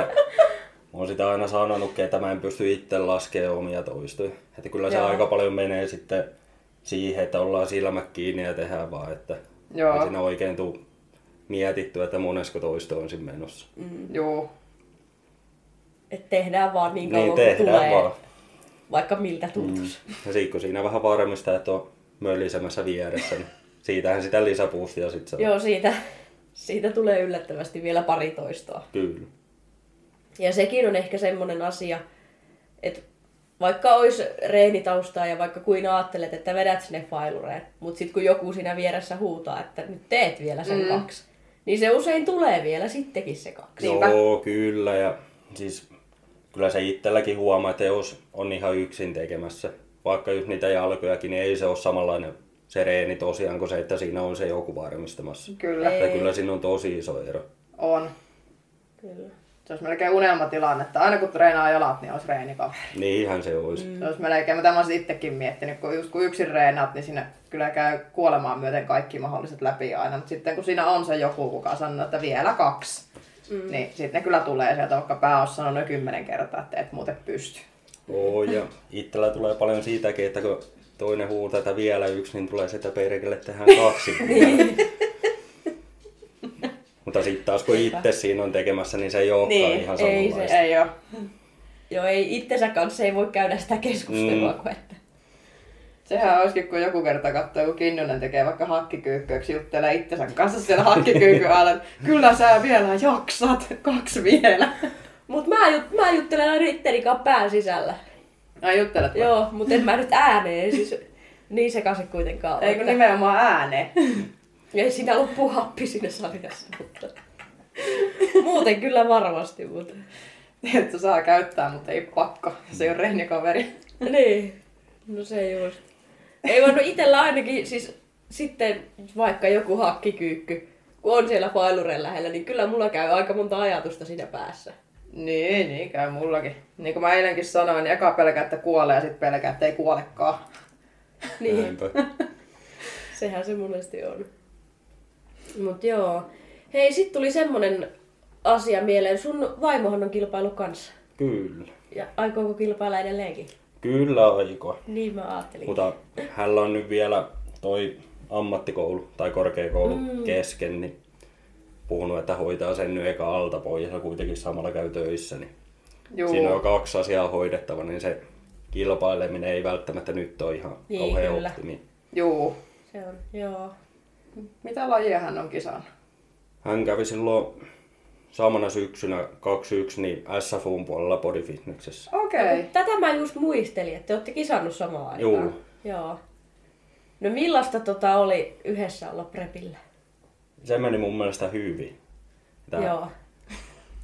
mä oon sitä aina sanonutkin, että mä en pysty itse laskemaan omia toistoja. Että kyllä se
Joo.
aika paljon menee sitten siihen, että ollaan silmät kiinni ja tehdään vaan, että
Joo.
ei siinä oikein tuu mietitty, että monesko toisto on siinä menossa.
Niin
Juu.
Et tehdään vaan niin kauan
niin
niin, kuin
tehdään
tulee,
vaan. Mm.
vaan. vaikka miltä tuntuisi.
Ja sitten kun siinä vähän varmistaa, että on möllisemässä vieressä, niin siitähän sitä lisäpuustia sitten saa.
Mm. Joo, siitä, siitä tulee yllättävästi vielä pari toistoa.
Kyllä.
Ja sekin on ehkä semmoinen asia, että vaikka olisi reenitaustaa ja vaikka kuin ajattelet, että vedät sinne failureen, mutta sitten kun joku siinä vieressä huutaa, että nyt teet vielä sen mm. kaksi, niin se usein tulee vielä sittenkin se kaksi.
Niinpä.
Joo, kyllä. Ja siis kyllä se itselläkin huomaa, että jos on ihan yksin tekemässä, vaikka just niitä jalkojakin, niin ei se ole samanlainen se reeni tosiaan kuin se, että siinä on se joku varmistamassa.
Kyllä.
Ei.
Että kyllä siinä on tosi iso ero.
On.
Kyllä.
Se olisi melkein unelmatilanne, että aina kun treenaa jalat, niin olisi reenikaveri.
Niinhän se olisi. Mm.
Se olisi melkein, mitä mä olisin itsekin miettinyt, kun just kun yksin reenaat, niin sinne kyllä käy kuolemaan myöten kaikki mahdolliset läpi aina. Mutta sitten kun siinä on se joku, kuka sanoo, että vielä kaksi, mm. niin sitten ne kyllä tulee sieltä, vaikka pää on sanonut jo kymmenen kertaa, että et muuten pysty.
Oo, ja itsellä tulee paljon siitäkin, että kun toinen huutaa, että vielä yksi, niin tulee sitä perkele tehdään kaksi. Mutta sitten taas kun itse siinä on tekemässä, niin se ei olekaan
Niin,
ihan
ei se-
samanlaista.
Ei ole.
Joo, ei itsensä kanssa ei voi käydä sitä keskustelua,
Mm.
mm. kun että...
Sehän olisikin, kun joku kerta katsoo, kun Kinnunen tekee vaikka hakkikyyhkyöksi, juttelee itsensä kanssa siellä hakkikyykyn alla, että kyllä sä vielä jaksat, kaksi vielä.
Mut mä, jut, mä juttelen aina itteni kanssa pään sisällä.
Ai juttelet vai?
Joo, mut en mä nyt ääneen siis niin sekaisin kuitenkaan
Eikö
ole.
nimenomaan ääneen?
Ei siinä loppu happi siinä sarjassa, mutta... Muuten kyllä varmasti, mutta...
Että saa käyttää, mutta ei pakko. Se ei ole reenikaveri.
Niin. No se just. Ei vaan no itellä ainakin siis sitten vaikka joku hakkikyykky, kun on siellä failureen lähellä, niin kyllä mulla käy aika monta ajatusta siinä päässä.
Niin, niin käy mullakin. Niin kuin mä eilenkin sanoin, niin eka pelkää, että kuolee ja sitten pelkää, että ei kuolekaan.
Niin.
Näinpä.
Sehän se monesti on. Mut joo. Hei, sit tuli semmonen asia mieleen. Sun vaimohan on kilpailu kanssa.
Kyllä.
Ja aikooko kilpailla edelleenkin?
Kyllä aikoa.
Niin mä ajattelin.
Mutta hänellä on nyt vielä toi ammattikoulu tai korkeakoulu mm. kesken, niin puhunut, että hoitaa sen nyt eka alta pois ja kuitenkin samalla käy töissä. Niin
Juu.
siinä on kaksi asiaa hoidettava, niin se kilpaileminen ei välttämättä nyt ole ihan
Niin,
kauhean
kyllä.
optimi.
Juu.
Se on, joo.
Mitä lajia hän on kisannut?
Hän kävi silloin samana syksynä 21 niin SFUn puolella bodyfitnessessä.
Okei. Okay.
Tätä mä just muistelin, että te olette kisannut samaan aikaan.
Juu.
Joo. No millaista tota oli yhdessä olla prepillä?
Se meni mun mielestä hyvin. Tää-
Joo.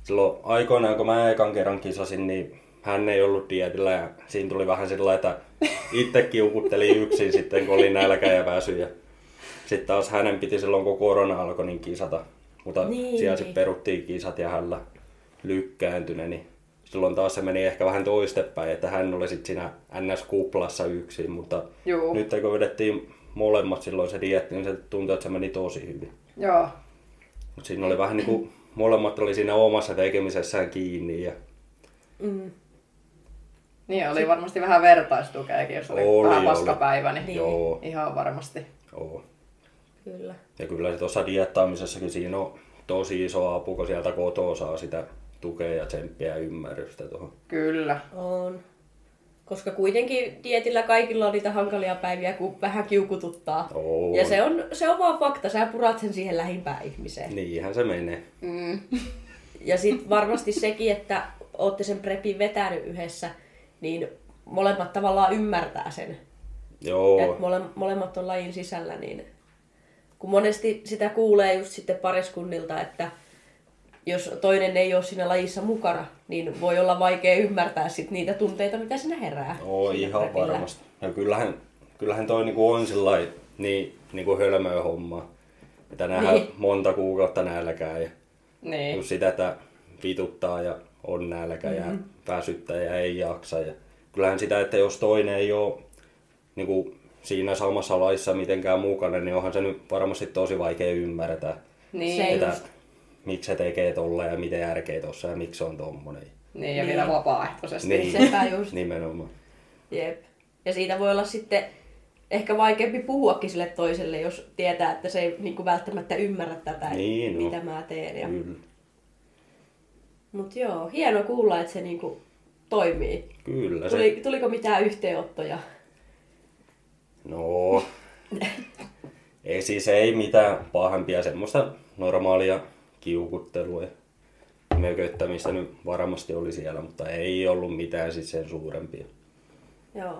silloin aikoinaan, kun mä ekan kerran kisasin, niin hän ei ollut dietillä ja siinä tuli vähän sillä lailla, että itse kiukuttelin yksin sitten, kun oli nälkä ja väsy. Ja sitten taas hänen piti silloin, kun korona alkoi, niin kisata. Mutta
Niin.
niin. siellä sitten peruttiin kisat ja hänellä lykkääntyneen, niin silloin taas se meni ehkä vähän toistepäin, että hän oli sitten siinä NS-kuplassa yksin, mutta
Juu.
nyt kun vedettiin molemmat silloin se dietti, niin se tuntui, että se meni tosi hyvin.
Joo.
Mut siinä oli vähän niinku, molemmat oli siinä omassa tekemisessään kiinni ja
Mm.
Niin, oli varmasti vähän vertaistukeakin, jos oli,
Oli,
vähän
oli.
paskapäivä, niin,
Niin.
joo,
ihan varmasti.
joo.
Kyllä.
Ja kyllä se tuossa diettaamisessakin siinä on tosi iso apu, kun sieltä kotoa saa sitä tukea ja tsemppiä ja ymmärrystä tuohon.
Kyllä.
On. Koska kuitenkin dietillä kaikilla on niitä hankalia päiviä, kun vähän kiukututtaa.
On.
Ja se on, se on vaan fakta, sä purat sen siihen lähimpään ihmiseen.
Niinhän se menee.
Mm.
Ja sitten varmasti sekin, että ootte sen prepin vetänyt yhdessä, niin molemmat tavallaan ymmärtää sen. Ja
Joo,
et mole, molemmat on lajin sisällä, niin kun monesti sitä kuulee just sitten pariskunnilta, että jos toinen ei ole siinä lajissa mukana, niin voi olla vaikea ymmärtää sit niitä tunteita, mitä sinä herää.
oo
siinä
ihan
prepillä.
varmasti. Ja kyllähän, kyllähän toi niinku on sillai, niin, niinku hölmöä hommaa. Että nähdään
Niin.
monta kuukautta nälkää ja
Niin.
Kun sitä, että vituttaa ja on nälkä mm-hmm. ja väsyttää ja ei jaksa. Ja kyllähän sitä, että jos toinen ei ole niin kuin siinä samassa laissa mitenkään mukana, niin onhan se nyt varmasti tosi vaikea ymmärtää.
Niin.
Se-
Että
just.
miksi se tekee tolla ja miten järkeä tossa ja miksi se on tommonen.
niin, ja vielä vapaaehtoisesti.
Niin,
Sepä just.
nimenomaan.
Jep. Ja siitä voi olla sitten ehkä vaikeampi puhuakin sille toiselle, jos tietää, että se ei niin kuin välttämättä ymmärrä tätä,
Niin, no.
mitä mä teen. Ja...
Kyllä.
Mutta joo, hieno kuulla, että se niin kuin toimii.
Kyllä se.
Tuli, tuliko mitään yhteenottoja?
No, ei siis ei mitään pahempia, semmoista normaalia kiukuttelua ja mököttämistä nyt varmasti oli siellä, mutta ei ollut mitään siis sen suurempia.
Joo.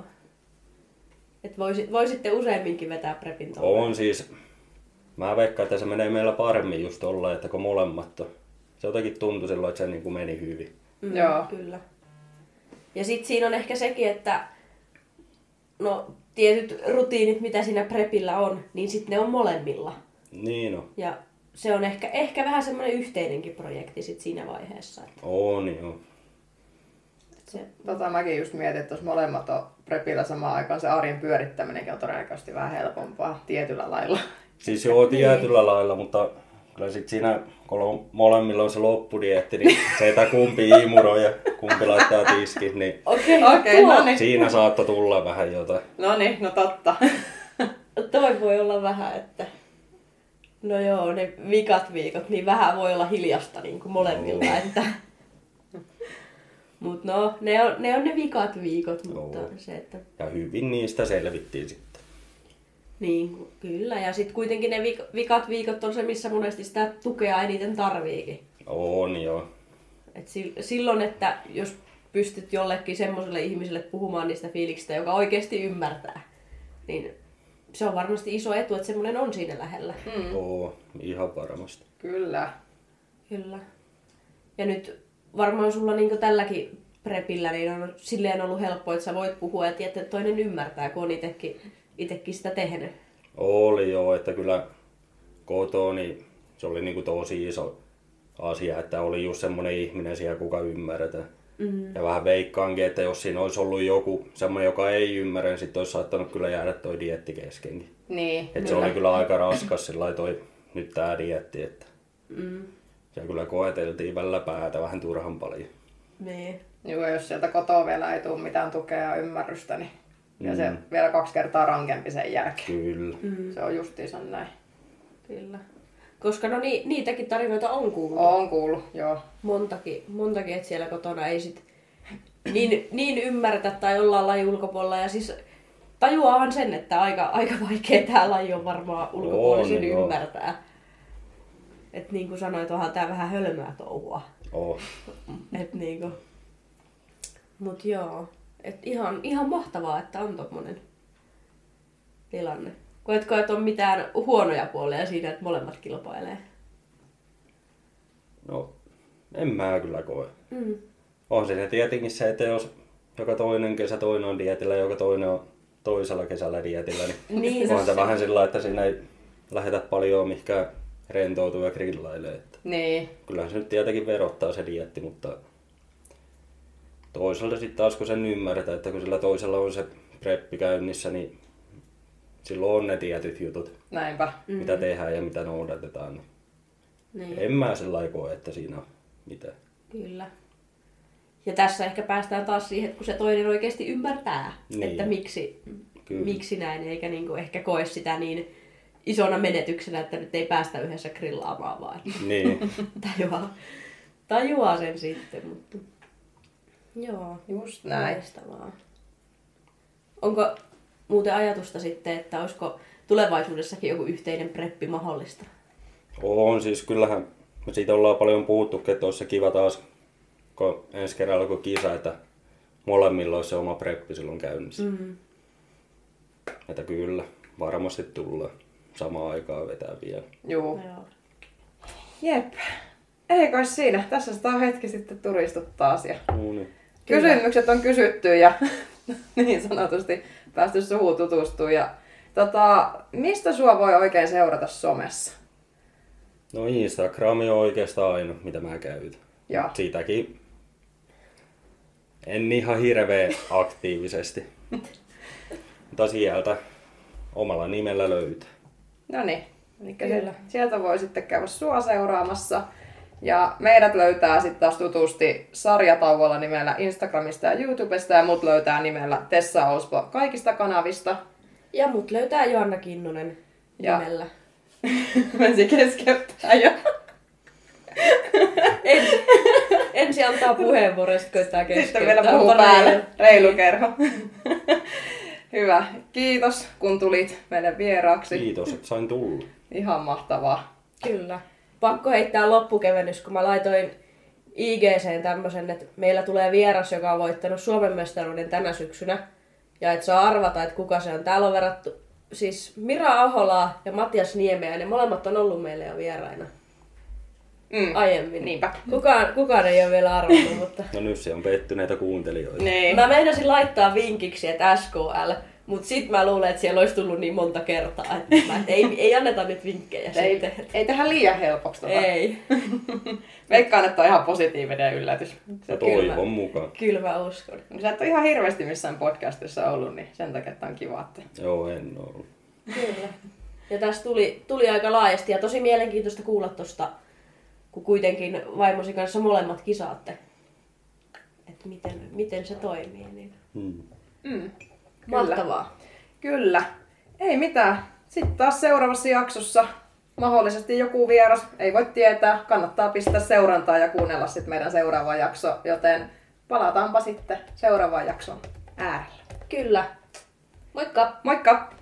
Et voisit, voisitte useamminkin vetää prepin tuolla.
On siis, mä veikkaan, että se menee meillä paremmin just tolla, että kun molemmat on. Se jotenkin tuntui silloin, että se niin kuin meni hyvin.
Mm,
Joo.
Kyllä. Ja sitten siinä on ehkä sekin, että no tietyt rutiinit, mitä siinä prepillä on, niin sitten ne on molemmilla.
Niin on.
Ja se on ehkä, ehkä vähän semmoinen yhteinenkin projekti sit siinä vaiheessa. Että
On joo.
se,
Tota mäkin just mietin, että jos molemmat on prepillä samaan aikaan, se arjen pyörittäminenkin on todennäköisesti vähän helpompaa tietyllä lailla.
Siis joo, tietyllä lailla, mutta kyllä sit siinä, kun on- molemmilla on se loppudietti, niin se, että kumpi imuroi ja kumpi laittaa tiskit, niin
Okei,
Okei,
tuo-
no niin.
siinä saattoi tulla vähän jotain.
No niin, no totta.
Toi voi olla vähän, että no joo, ne vikat viikot, niin vähän voi olla hiljasta niin kuin molemmilla,
Joo.
että... Mut no, ne on, ne on ne vikat viikot, mutta
Joo.
se, että
Ja hyvin niistä selvittiin sitten.
niin ku- kyllä. Ja sitten kuitenkin ne vik- vikat viikot on se, missä monesti sitä tukea eniten tarviikin.
On joo.
Et sil- silloin, että jos pystyt jollekin semmoiselle ihmiselle puhumaan niistä fiiliksistä, joka oikeasti ymmärtää, niin se on varmasti iso etu, että semmoinen on siinä lähellä.
Mm. Oo, ihan varmasti.
Kyllä.
Kyllä. Ja nyt varmaan sulla niin tälläkin prepillä niin on silleen ollut helppo, että sä voit puhua ja tiedät, että toinen ymmärtää, kun on itekin, itekin sitä tehnyt.
Oli joo, että kyllä kotoa, niin se oli niinku tosi iso asia, että oli just semmoinen ihminen siellä, kuka ymmärretään. Mm. Ja vähän veikkaankin, että jos siinä olisi ollut joku semmoinen, joka ei ymmärrä, niin sitten olisi saattanut kyllä jäädä toi dietti keskenkin.
Niin.
Et se oli kyllä aika raskas sillä lailla toi nyt tää dietti, että
Mm.
siellä kyllä koeteltiin välillä päätä vähän turhan paljon.
Niin.
Joo, jos sieltä kotoa vielä ei tule mitään tukea ja ymmärrystä, niin ja se
Mm.
vielä kaksi kertaa rankempi sen jälkeen.
Kyllä.
Mm.
Se on justiinsa näin.
Kyllä. Koska no ni, niitäkin tarinoita on kuullut.
Oon kuullut, joo.
Montakin, montakin, että siellä kotona ei sit niin, niin ymmärretä tai ollaan laji ulkopuolella. Ja siis tajuaahan sen, että aika, aika vaikea tää laji on varmaan ulkopuolisen
On, joo.
ymmärtää. Et niin kuin sanoit, onhan tää vähän hölmää touhua.
Oh.
Et niinku. Mut joo. Et ihan, ihan mahtavaa, että on tommonen tilanne. Koetko, että on mitään huonoja puolia siinä, että molemmat kilpailee?
No, en mä kyllä koe.
Mm.
On siinä tietenkin se, että jos joka toinen kesä toinen on dietillä ja joka toinen on toisella kesällä dietillä, niin
Niin,
onhan se vähän sillä lailla, että siinä ei lähetä paljon mihinkään rentoutuu ja grillailee. Että
Niin.
kyllähän se nyt tietenkin verottaa se dietti, mutta toisaalta sitten taas kun sen ymmärtää, että kun sillä toisella on se preppi käynnissä, niin silloin on ne tietyt jutut,
Näinpä.
mm-hmm. mitä tehdään ja mitä noudatetaan. Niin
Mm. Niin.
en mä sillä lailla koe, että siinä on mitään.
Kyllä. Ja tässä ehkä päästään taas siihen, että kun se toinen oikeasti ymmärtää,
Niin.
että miksi,
Kyllä.
miksi näin, eikä niin kuin ehkä koe sitä niin isona menetyksenä, että nyt ei päästä yhdessä grillaamaan, vaan
Niin,
tajuaa, tajuaa sen sitten. Mutta... Joo,
Just näin.
Loistavaa. Onko muuten ajatusta sitten, että olisiko tulevaisuudessakin joku yhteinen preppi mahdollista?
on siis kyllähän, me siitä ollaan paljon puhuttu, että olisi se kiva taas, kun ensi kerralla kun kisa, että molemmilla olisi se oma preppi silloin käynnissä.
Mm.
Että kyllä, varmasti tullaan samaan aikaan vetää vielä.
Juu.
Joo.
Jep. Ei kai siinä. Tässä sitä on hetki sitten turistut taas. Ja
No niin.
Kyllä.
kysymykset on kysytty ja niin sanotusti päästy suhun tutustumaan. Ja, tota, mistä sua voi oikein seurata somessa?
No Instagram on oikeastaan aina, mitä mä käytän.
Joo.
Siitäkin en ihan hirveä aktiivisesti. Mutta sieltä omalla nimellä löytää.
No niin, eli sieltä, sieltä voi sitten käydä sua seuraamassa. Ja meidät löytää sitten taas tutusti sarjatauolla nimellä Instagramista ja YouTubesta ja mut löytää nimellä Tessa Ospo kaikista kanavista.
Ja mut löytää Joanna Kinnunen
Ja.
nimellä.
Mensi keskeyttää jo.
Ensi, ensi antaa puheenvuoro, sitten koittaa keskeyttää.
Sitten vielä puhu
Paremmin.
päälle. Reilu kerho. Hyvä. Kiitos kun tulit meille vieraaksi.
Kiitos, että sain tulla.
Ihan mahtavaa.
Kyllä. Pakko heittää loppukevennys, kun mä laitoin IGCen tämmöisen, että meillä tulee vieras, joka on voittanut Suomen mestaruuden tänä syksynä. Ja et saa arvata, että kuka se on. Täällä on verrattu siis Mira Aholaa ja Matias Niemeä. ja Ne molemmat on ollut meillä jo vieraina
Mm.
aiemmin.
Niinpä.
Kukaan, kukaan ei ole vielä arvannut, mutta...
No nyt se on pettyneitä kuuntelijoita.
Niin.
Mä meinasin laittaa vinkiksi, että SKL, mutta sit mä luulen, että siellä olisi tullut niin monta kertaa, että mä, et ei, ei anneta nyt vinkkejä
Ei,
sitten.
ei tehdä liian helpoksi tota.
Ei.
Veikkaan, että on ihan positiivinen yllätys.
Ja
kyllä.
toivon mukaan.
Kyllä mä uskon.
No, Sä et ole ihan hirveästi missään podcastissa ollut, niin sen takia, että on kiva, että...
Joo, en oo ollut.
Kyllä. Ja tässä tuli, tuli aika laajasti ja tosi mielenkiintoista kuulla tuosta, kun kuitenkin vaimosi kanssa molemmat kisaatte. Että miten, miten se toimii. Niin.
Hmm.
Mm,
Mahtavaa.
Kyllä. Ei mitään. Sitten taas seuraavassa jaksossa mahdollisesti joku vieras. Ei voi tietää. Kannattaa pistää seurantaa ja kuunnella sitten meidän seuraava jakso. Joten palataanpa sitten seuraavaan jakson äärellä.
Kyllä. Moikka!
Moikka!